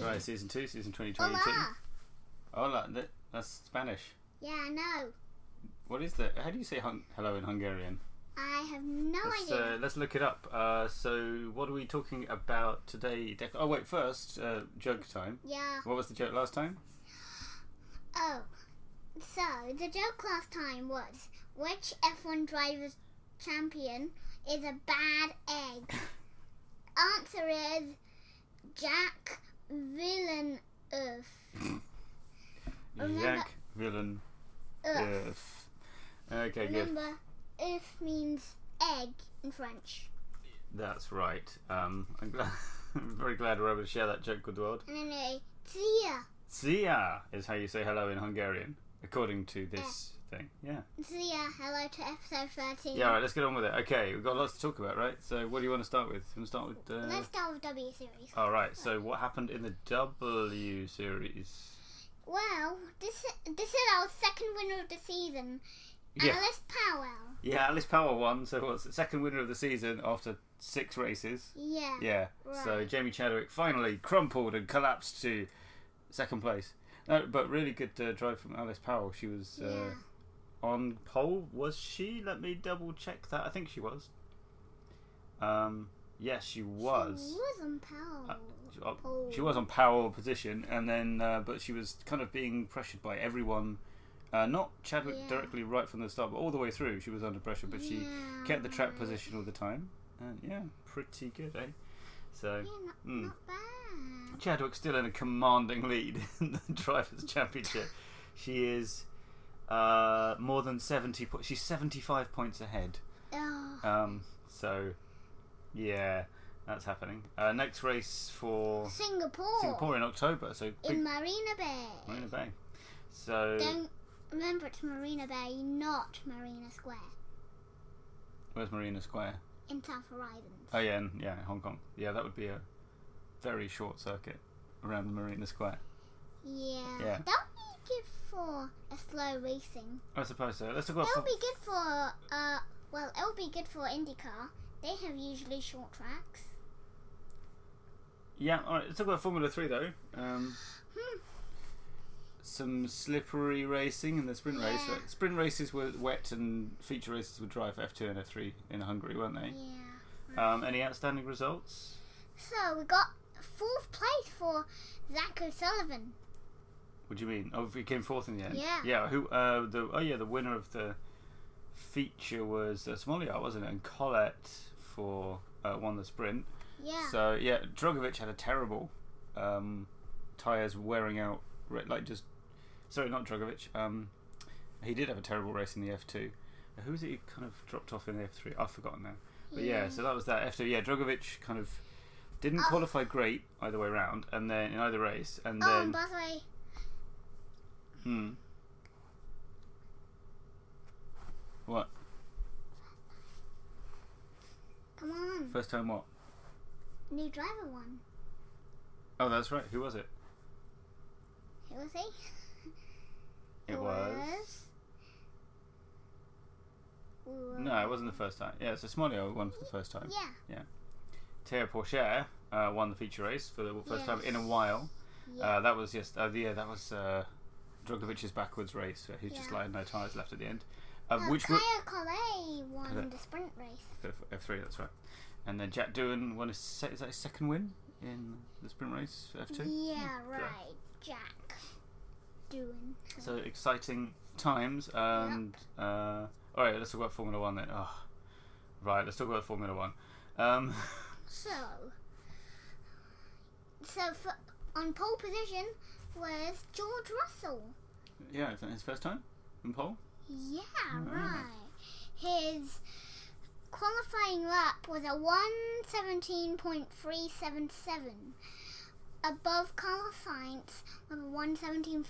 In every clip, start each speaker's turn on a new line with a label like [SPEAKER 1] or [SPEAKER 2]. [SPEAKER 1] two, season 2022.
[SPEAKER 2] Hola.
[SPEAKER 1] Hola, that, that's Spanish.
[SPEAKER 2] Yeah, I know.
[SPEAKER 1] What is that? How do you say hun- hello in Hungarian?
[SPEAKER 2] I have no
[SPEAKER 1] Let's,
[SPEAKER 2] idea.
[SPEAKER 1] uh, let's look it up. Uh, so, what are we talking about today? Dec- oh, wait, first, uh, joke time.
[SPEAKER 2] yeah.
[SPEAKER 1] What was the joke last time?
[SPEAKER 2] Oh, so the joke last time was which F1 driver's champion is a bad egg? Answer is Jack Villeneuve. Remember-
[SPEAKER 1] Jack Villain.
[SPEAKER 2] Ugh.
[SPEAKER 1] Yes. Okay, good.
[SPEAKER 2] Remember, "euf" means egg in French.
[SPEAKER 1] That's right. Um, I'm, glad, I'm very glad we're able to share that joke with the world.
[SPEAKER 2] And then a Zia.
[SPEAKER 1] Zia is how you say hello in Hungarian, according to this thing. Yeah.
[SPEAKER 2] Zia, hello to episode 13.
[SPEAKER 1] Yeah, all right, let's get on with it. Okay, we've got lots to talk about, right? So, what do you want to start with? You want to start with. Uh...
[SPEAKER 2] Let's start with W series.
[SPEAKER 1] All right, so what happened in the W series?
[SPEAKER 2] Well, this this is our second winner of the season.
[SPEAKER 1] Yeah.
[SPEAKER 2] Alice Powell.
[SPEAKER 1] Yeah, Alice Power won, so what's the second winner of the season after six races?
[SPEAKER 2] Yeah.
[SPEAKER 1] Yeah, so
[SPEAKER 2] Right.
[SPEAKER 1] Jamie Chadwick finally crumpled and collapsed to second place. No, but really good uh, drive from Alice Powell. She was uh,
[SPEAKER 2] Yeah.
[SPEAKER 1] on pole, was she? Let me double check that. I think she was. Um, yes, she
[SPEAKER 2] She
[SPEAKER 1] was.
[SPEAKER 2] was on Powell.
[SPEAKER 1] She, uh,
[SPEAKER 2] pole.
[SPEAKER 1] she was on Powell position, and then uh, but she was kind of being pressured by everyone. Uh, not Chadwick
[SPEAKER 2] Yeah.
[SPEAKER 1] directly right from the start, but all the way through she was under pressure. But she
[SPEAKER 2] Yeah.
[SPEAKER 1] kept the track position all the time, and yeah, pretty good, eh? So.
[SPEAKER 2] Yeah, not,
[SPEAKER 1] Mm.
[SPEAKER 2] not bad.
[SPEAKER 1] Chadwick's still in a commanding lead in the Drivers' Championship. She is uh, more than 70 points. She's 75 points ahead.
[SPEAKER 2] Oh,
[SPEAKER 1] Um, so, yeah, that's happening. Uh, next race for
[SPEAKER 2] Singapore,
[SPEAKER 1] Singapore in October. So, big
[SPEAKER 2] in Marina Bay.
[SPEAKER 1] Marina Bay. So,
[SPEAKER 2] Don't remember it's Marina Bay, not Marina Square
[SPEAKER 1] where's Marina Square?
[SPEAKER 2] in South Horizons.
[SPEAKER 1] Oh, yeah, in, yeah, in Hong Kong. Yeah, that would be a very short circuit around Marina Square.
[SPEAKER 2] yeah.
[SPEAKER 1] Yeah.
[SPEAKER 2] That would be good for a slow racing.
[SPEAKER 1] I suppose so. Let's talk about
[SPEAKER 2] It'll
[SPEAKER 1] Fo-
[SPEAKER 2] be good for uh, well, it'll be good for IndyCar. They have usually short tracks.
[SPEAKER 1] Yeah, all right. Let's talk about Formula Three though. Um,
[SPEAKER 2] Hmm.
[SPEAKER 1] some slippery racing in the sprint race.
[SPEAKER 2] Yeah.
[SPEAKER 1] right? Sprint races were wet, and feature races were dry for F two and F three in Hungary, weren't they?
[SPEAKER 2] Yeah.
[SPEAKER 1] Um, any outstanding results?
[SPEAKER 2] So we got fourth place for Zach O'Sullivan.
[SPEAKER 1] What do you mean? Oh, we came fourth in the end.
[SPEAKER 2] Yeah.
[SPEAKER 1] Yeah. Who? Uh, the oh yeah, the winner of the feature was uh, Smoliar, wasn't it? And Colette for uh, won the sprint.
[SPEAKER 2] Yeah.
[SPEAKER 1] So yeah, Drogovic had a terrible um, tires wearing out, re- like just sorry, not Drogovic. Um, he did have a terrible race in the F two. Who was it? Who kind of dropped off in the F three. I've forgotten now. But yeah. so that was that F two. Yeah, Drogovic kind of didn't
[SPEAKER 2] Oh.
[SPEAKER 1] qualify great either way round, and then in either race, and
[SPEAKER 2] oh,
[SPEAKER 1] then
[SPEAKER 2] and by the way,
[SPEAKER 1] hmm. What
[SPEAKER 2] come on,
[SPEAKER 1] first time? What?
[SPEAKER 2] new driver one.
[SPEAKER 1] Oh, that's right. Who was it?
[SPEAKER 2] Who was he?
[SPEAKER 1] It was. No, it wasn't the first time. Yeah, so Smolio won for the first time.
[SPEAKER 2] Yeah.
[SPEAKER 1] Théo Porcher uh, won the feature race for the first time in a
[SPEAKER 2] Yes.
[SPEAKER 1] while.
[SPEAKER 2] Yeah.
[SPEAKER 1] Uh, that was yes, uh, yeah, that was uh, Drogovic's backwards race. Where he just
[SPEAKER 2] Yeah.
[SPEAKER 1] like had no tires left at the end, uh,
[SPEAKER 2] Oh,
[SPEAKER 1] which
[SPEAKER 2] Kaya
[SPEAKER 1] were
[SPEAKER 2] Collet won
[SPEAKER 1] Okay.
[SPEAKER 2] the sprint race.
[SPEAKER 1] F three. That's right. And then Jack Doohan won his se- is that his second win in the sprint race for F two.
[SPEAKER 2] Yeah,
[SPEAKER 1] Hmm.
[SPEAKER 2] right. Jack doing.
[SPEAKER 1] So exciting times. And uh, all right, let's talk about Formula One then. Oh, right, let's talk about Formula One. Um,
[SPEAKER 2] So, so for, on pole position was George Russell.
[SPEAKER 1] yeah, is that his first time in pole?
[SPEAKER 2] Yeah,
[SPEAKER 1] Wow.
[SPEAKER 2] right. His qualifying lap was a 117.377, above Carl Sainz with a 117.421.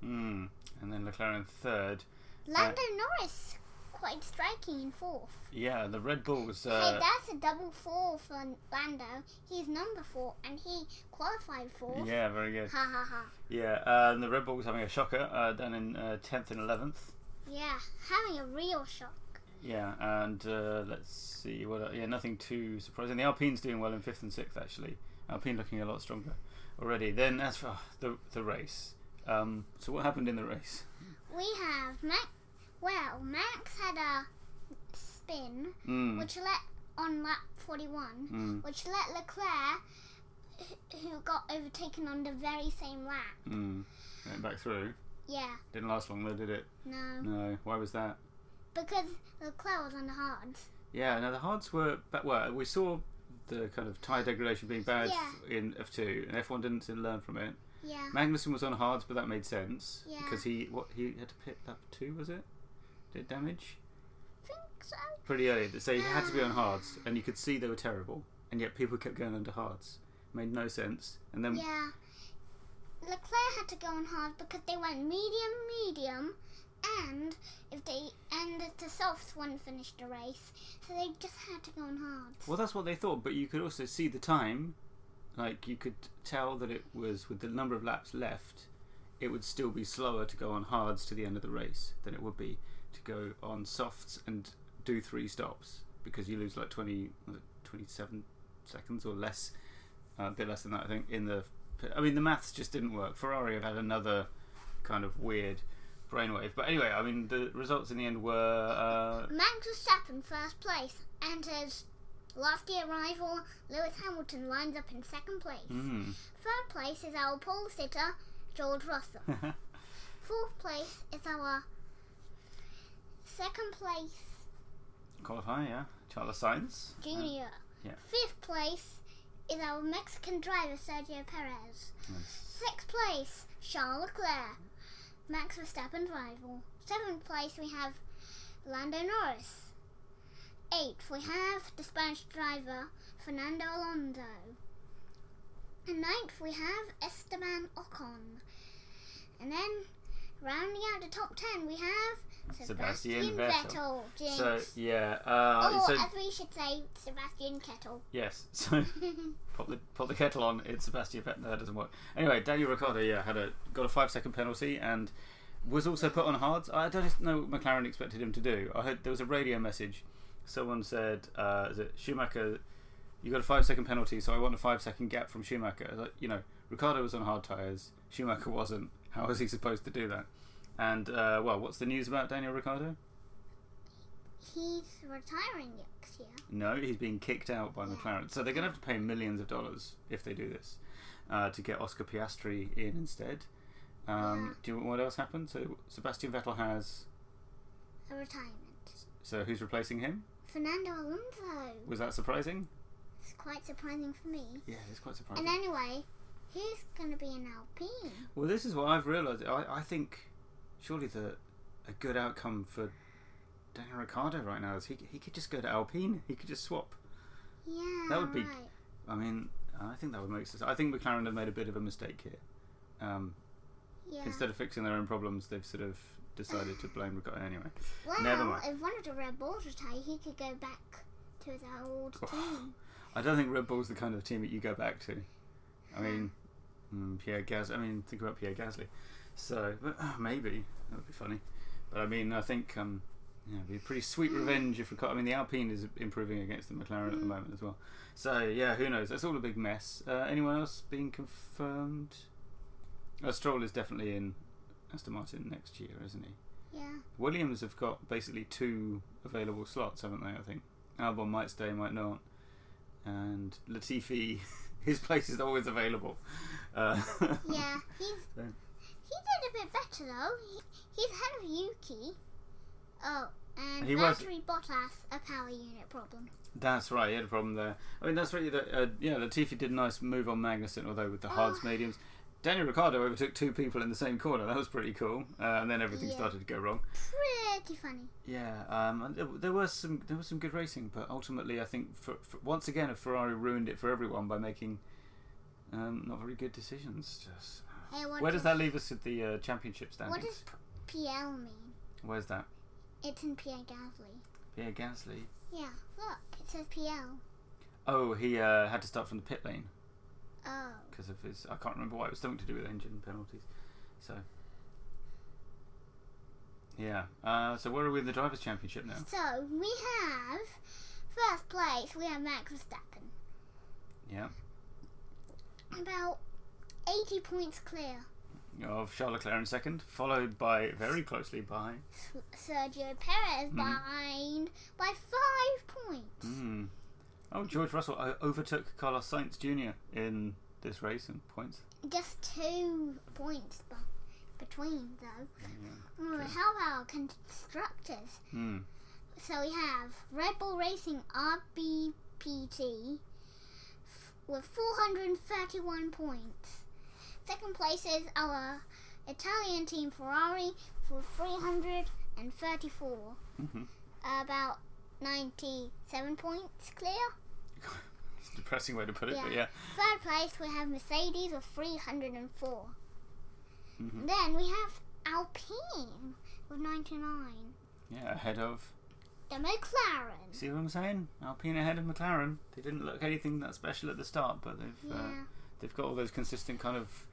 [SPEAKER 1] Hmm. And then Leclerc in third.
[SPEAKER 2] Lando Norris, quite striking in fourth.
[SPEAKER 1] Yeah, the Red Bull was.
[SPEAKER 2] hey,
[SPEAKER 1] Uh,
[SPEAKER 2] that's a double four for Lando. He's number four, and he qualified fourth.
[SPEAKER 1] yeah, very good.
[SPEAKER 2] Ha ha ha.
[SPEAKER 1] Yeah, uh, and the Red Bull was having a shocker uh, down in uh, 10th and 11th.
[SPEAKER 2] Yeah, having a real shock.
[SPEAKER 1] Yeah, and uh, let's see what. Yeah, nothing too surprising. The Alpine's doing well in 5th and 6th, actually. Alpine looking a lot stronger. already. Then as for ah, the the race, um, so what happened in the race?
[SPEAKER 2] We have Max. Well, Max had a spin,
[SPEAKER 1] Mm,
[SPEAKER 2] which let on lap 41,
[SPEAKER 1] mm,
[SPEAKER 2] which let Leclerc, wh- who got overtaken on the very same lap.
[SPEAKER 1] mm. Went back through.
[SPEAKER 2] Yeah,
[SPEAKER 1] Didn't last long though, did it?
[SPEAKER 2] no,
[SPEAKER 1] No. Why was that?
[SPEAKER 2] because Leclerc was on the hards.
[SPEAKER 1] Yeah. Now the hards were ba- well. We saw the kind of tire degradation being bad
[SPEAKER 2] Yeah.
[SPEAKER 1] in F two, and F one didn't seem to learn from it.
[SPEAKER 2] Yeah,
[SPEAKER 1] Magnussen was on hards, but that made sense
[SPEAKER 2] Yeah.
[SPEAKER 1] because he what he had to pit lap two was it? Did damage
[SPEAKER 2] think so.
[SPEAKER 1] pretty early. So he had to be on
[SPEAKER 2] Um.
[SPEAKER 1] hards, and you could see they were terrible, and yet people kept going under hards. Made no sense. And then
[SPEAKER 2] Yeah, Leclerc had to go on hard because they went medium, medium, and if they and the softs wouldn't finish the race, so they just had to go on hard.
[SPEAKER 1] well, that's what they thought, but you could also see the time. Like you could tell that it was with the number of laps left, it would still be slower to go on hards to the end of the race than it would be to go on softs and do three stops because you lose like 20, was it 27 seconds or less, uh, a bit less than that, I think. In the, I mean, the maths just didn't work. Ferrari have had another kind of weird brainwave, but anyway, I mean, the results in the end were. Uh,
[SPEAKER 2] Max Verstappen first place, and his last year rival Lewis Hamilton lines up in second place.
[SPEAKER 1] mm.
[SPEAKER 2] Third place is our pole sitter George Russell.
[SPEAKER 1] hmm.
[SPEAKER 2] Fourth place is our second place
[SPEAKER 1] Qualify, yeah. Charles Sainz.
[SPEAKER 2] junior.
[SPEAKER 1] Yeah.
[SPEAKER 2] Fifth place is our Mexican driver Sergio Perez.
[SPEAKER 1] Nice.
[SPEAKER 2] Sixth place Charles Leclerc, Max Verstappen's rival. Seventh place we have Lando Norris. Eighth we have the Spanish driver Fernando Alonso. And ninth we have Esteban Ocon. And then rounding out the top ten we have
[SPEAKER 1] Sebastian
[SPEAKER 2] Sebastian,
[SPEAKER 1] Vettel.
[SPEAKER 2] Vettel. Jinx.
[SPEAKER 1] So yeah, uh,
[SPEAKER 2] or
[SPEAKER 1] so
[SPEAKER 2] as Oh, we should say, Sebastian Kettle.
[SPEAKER 1] yes, so pop the pop the kettle on. It's Sebastian Vettel. No, that doesn't work. Anyway, Daniel Ricciardo yeah had a got a five second penalty and was also put on hards. I don't know what McLaren expected him to do. I heard there was a radio message. Someone said, uh, "Is it Schumacher? You got a five second penalty, so I want a five second gap from Schumacher." I was Like, you know, Ricardo was on hard tires. Schumacher wasn't. How was he supposed to do that? And uh, well, what's the news about Daniel Ricciardo?
[SPEAKER 2] He's retiring next year.
[SPEAKER 1] No, he's being kicked out by McLaren. So they're going to have to pay millions of dollars if they do this uh, to get Oscar Piastri in instead. Um, Do you want what else happened? So Sebastian Vettel has.
[SPEAKER 2] A retirement.
[SPEAKER 1] So who's replacing him?
[SPEAKER 2] Fernando Alonso.
[SPEAKER 1] Was that surprising?
[SPEAKER 2] It's quite surprising for me.
[SPEAKER 1] Yeah, it's quite surprising.
[SPEAKER 2] And anyway, he's going to be an Alpine.
[SPEAKER 1] well, this is what I've realised. I, I think surely the a good outcome for Daniel Ricciardo right now is he he could just go to Alpine. He could just swap.
[SPEAKER 2] Yeah.
[SPEAKER 1] That would be-
[SPEAKER 2] right.
[SPEAKER 1] I mean, I think that would make sense. I think McLaren have made a bit of a mistake here. Um,
[SPEAKER 2] Yeah.
[SPEAKER 1] Instead of fixing their own problems, they've sort of decided to blame Ricardo anyway.
[SPEAKER 2] well,
[SPEAKER 1] never mind.
[SPEAKER 2] if one of the Red Bulls retire, he could go back to his old
[SPEAKER 1] Oh.
[SPEAKER 2] team.
[SPEAKER 1] I don't think Red Bull's the kind of team that you go back to. I mean, mm, Pierre Gas. I mean, think about Pierre Gasly. So, but, uh, maybe that would be funny. But I mean, I think um, yeah, it'd be a pretty sweet revenge if Ricardo. I mean, the Alpine is improving against the McLaren at the moment as well. So yeah, who knows? That's all a big mess. Uh, anyone else being confirmed? Uh, Stroll is definitely in Aston Martin next year, isn't he?
[SPEAKER 2] Yeah.
[SPEAKER 1] Williams have got basically two available slots, haven't they? I think Albon might stay, might not, and Latifi, his place is always available. Uh,
[SPEAKER 2] Yeah. He's, he
[SPEAKER 1] So-
[SPEAKER 2] did a bit better, though. He, he's ahead of Yuki. Oh, and
[SPEAKER 1] He was-
[SPEAKER 2] Valtteri Bottas, a power unit problem.
[SPEAKER 1] That's right. He had a problem there. I mean, that's really the uh, yeah. Latifi did a nice move on Magnussen, although with the
[SPEAKER 2] Oh.
[SPEAKER 1] hards mediums. Daniel Ricciardo overtook two people in the same corner. That was pretty cool. Uh, and then everything
[SPEAKER 2] Yeah.
[SPEAKER 1] started to go wrong.
[SPEAKER 2] Pretty funny.
[SPEAKER 1] Yeah, um, and there, there was some there was some good racing, but ultimately I think for, for, once again Ferrari ruined it for everyone by making um, not very good decisions. Just
[SPEAKER 2] Hey, what
[SPEAKER 1] where does that leave us with the uh, championship
[SPEAKER 2] What
[SPEAKER 1] standings?
[SPEAKER 2] does p- PL mean?
[SPEAKER 1] Where's that?
[SPEAKER 2] It's in Pierre Gasly.
[SPEAKER 1] Pierre Gasly.
[SPEAKER 2] Yeah, look, it says PL.
[SPEAKER 1] Oh, he uh, had to start from the pit lane
[SPEAKER 2] Oh,
[SPEAKER 1] because of his. I can't remember why it was something to do with engine penalties. So yeah. Uh, so where are we in the drivers' championship now?
[SPEAKER 2] so we have first place. We have Max Verstappen.
[SPEAKER 1] Yeah.
[SPEAKER 2] About 80 points clear.
[SPEAKER 1] of Charles Leclerc in second, followed by very closely by
[SPEAKER 2] S- Sergio Perez
[SPEAKER 1] Mhm.
[SPEAKER 2] behind by five points.
[SPEAKER 1] Hmm. Oh, George Russell uh, overtook Carlos Sainz Jr. in this race in points.
[SPEAKER 2] Just two points be- between, though. Oh,
[SPEAKER 1] Okay.
[SPEAKER 2] How about constructors?
[SPEAKER 1] Hmm.
[SPEAKER 2] So we have Red Bull Racing RBPT f- with 431 points. Second place is our Italian team Ferrari for 334,
[SPEAKER 1] Mhm.
[SPEAKER 2] about 97 points clear.
[SPEAKER 1] It's a depressing way to put it, but yeah.
[SPEAKER 2] Yeah. Third place we have Mercedes with 304.
[SPEAKER 1] Mhm.
[SPEAKER 2] Then we have Alpine with 99.
[SPEAKER 1] Yeah, ahead of.
[SPEAKER 2] The McLaren.
[SPEAKER 1] See what I'm saying? Alpine ahead of McLaren. They didn't look anything that special at the start, but they've uh,
[SPEAKER 2] Yeah.
[SPEAKER 1] they've got all those consistent kind of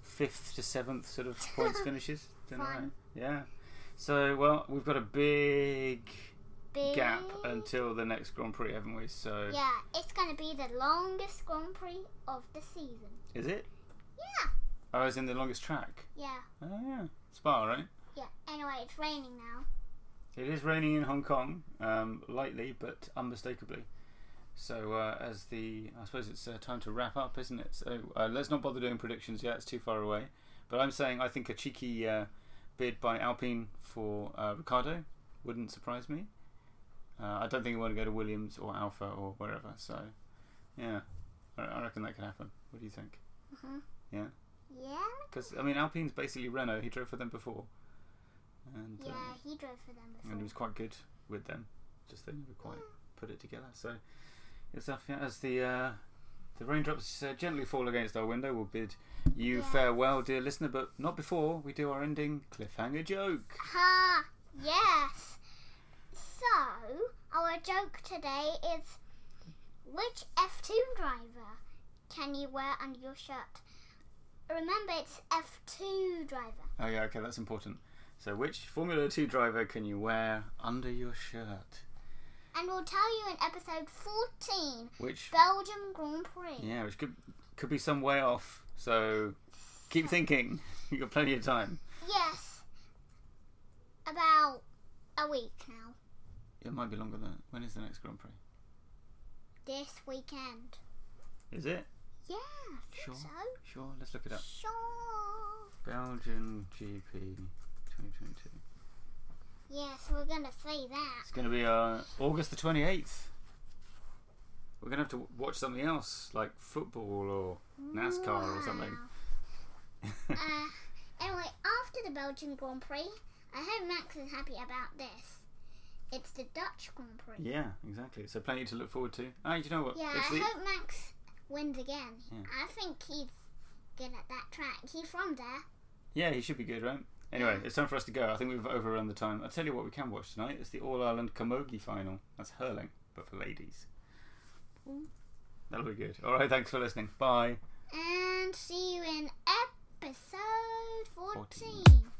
[SPEAKER 1] fifth to seventh sort of points finishes. Don't
[SPEAKER 2] Fun.
[SPEAKER 1] they? Yeah. So well, we've got a big
[SPEAKER 2] Big.
[SPEAKER 1] gap until the next Grand Prix, haven't we? So
[SPEAKER 2] Yeah, it's going to be the longest Grand Prix of the season.
[SPEAKER 1] is it?
[SPEAKER 2] Yeah.
[SPEAKER 1] Oh, it's in the longest track.
[SPEAKER 2] Yeah.
[SPEAKER 1] Oh yeah, Spa, right?
[SPEAKER 2] Yeah. Anyway, it's raining now.
[SPEAKER 1] It is raining in Hong Kong, um, lightly but unmistakably. So, uh, as the, I suppose it's uh, time to wrap up, isn't it? So, uh, let's not bother doing predictions yet, it's too far away. But I'm saying I think a cheeky uh, bid by Alpine for uh, Ricardo wouldn't surprise me. Uh, I don't think he want to go to Williams or Alpha or wherever. So, yeah, I, I reckon that could happen. What do you think?
[SPEAKER 2] Mhm.
[SPEAKER 1] Yeah.
[SPEAKER 2] Yeah.
[SPEAKER 1] Because, I mean, Alpine's basically Renault, he drove for them before. And, uh,
[SPEAKER 2] Yeah, he drove for them before.
[SPEAKER 1] and he was quite good with them. Just they never quite put it together. So it's up yeah, as the uh, the raindrops uh, gently fall against our window. We'll bid you
[SPEAKER 2] Yeah.
[SPEAKER 1] farewell, dear listener, but not before we do our ending cliffhanger joke.
[SPEAKER 2] Ha! Yes. So our joke today is: which F2 driver can you wear under your shirt? Remember, it's F2 driver.
[SPEAKER 1] Oh yeah, okay, that's important. So which Formula Two driver can you wear under your shirt?
[SPEAKER 2] And we'll tell you in episode 14,
[SPEAKER 1] Which
[SPEAKER 2] Belgium Grand Prix.
[SPEAKER 1] yeah, which could could be some way off. So keep thinking. You've got plenty of time.
[SPEAKER 2] Yes. About a week now.
[SPEAKER 1] It might be longer than that. When is the next Grand Prix?
[SPEAKER 2] This weekend.
[SPEAKER 1] Is it?
[SPEAKER 2] Yeah, I think
[SPEAKER 1] Sure.
[SPEAKER 2] so.
[SPEAKER 1] Sure, let's look it up.
[SPEAKER 2] Sure.
[SPEAKER 1] Belgian GP 2022.
[SPEAKER 2] Yes, we're going to see that.
[SPEAKER 1] It's going to be uh, August the 28th. We're going to have to watch something else, like football or NASCAR or something.
[SPEAKER 2] Wow. Uh, anyway, after the Belgian Grand Prix, I hope Max is happy about this. It's the Dutch Grand Prix.
[SPEAKER 1] yeah, exactly. So plenty to look forward to. Ah, you know what?
[SPEAKER 2] Yeah,
[SPEAKER 1] It's
[SPEAKER 2] I
[SPEAKER 1] the-
[SPEAKER 2] hope Max wins again.
[SPEAKER 1] Yeah.
[SPEAKER 2] I think he's good at that track. He's from there.
[SPEAKER 1] yeah, he should be good, right? Anyway, it's time for us to go. I think we've overrun the time. I'll tell you what we can watch tonight. It's the All Ireland Camogie final. That's hurling, but for ladies. That'll be good. All right, thanks for listening. Bye.
[SPEAKER 2] And see you in episode 14.
[SPEAKER 1] Fourteen.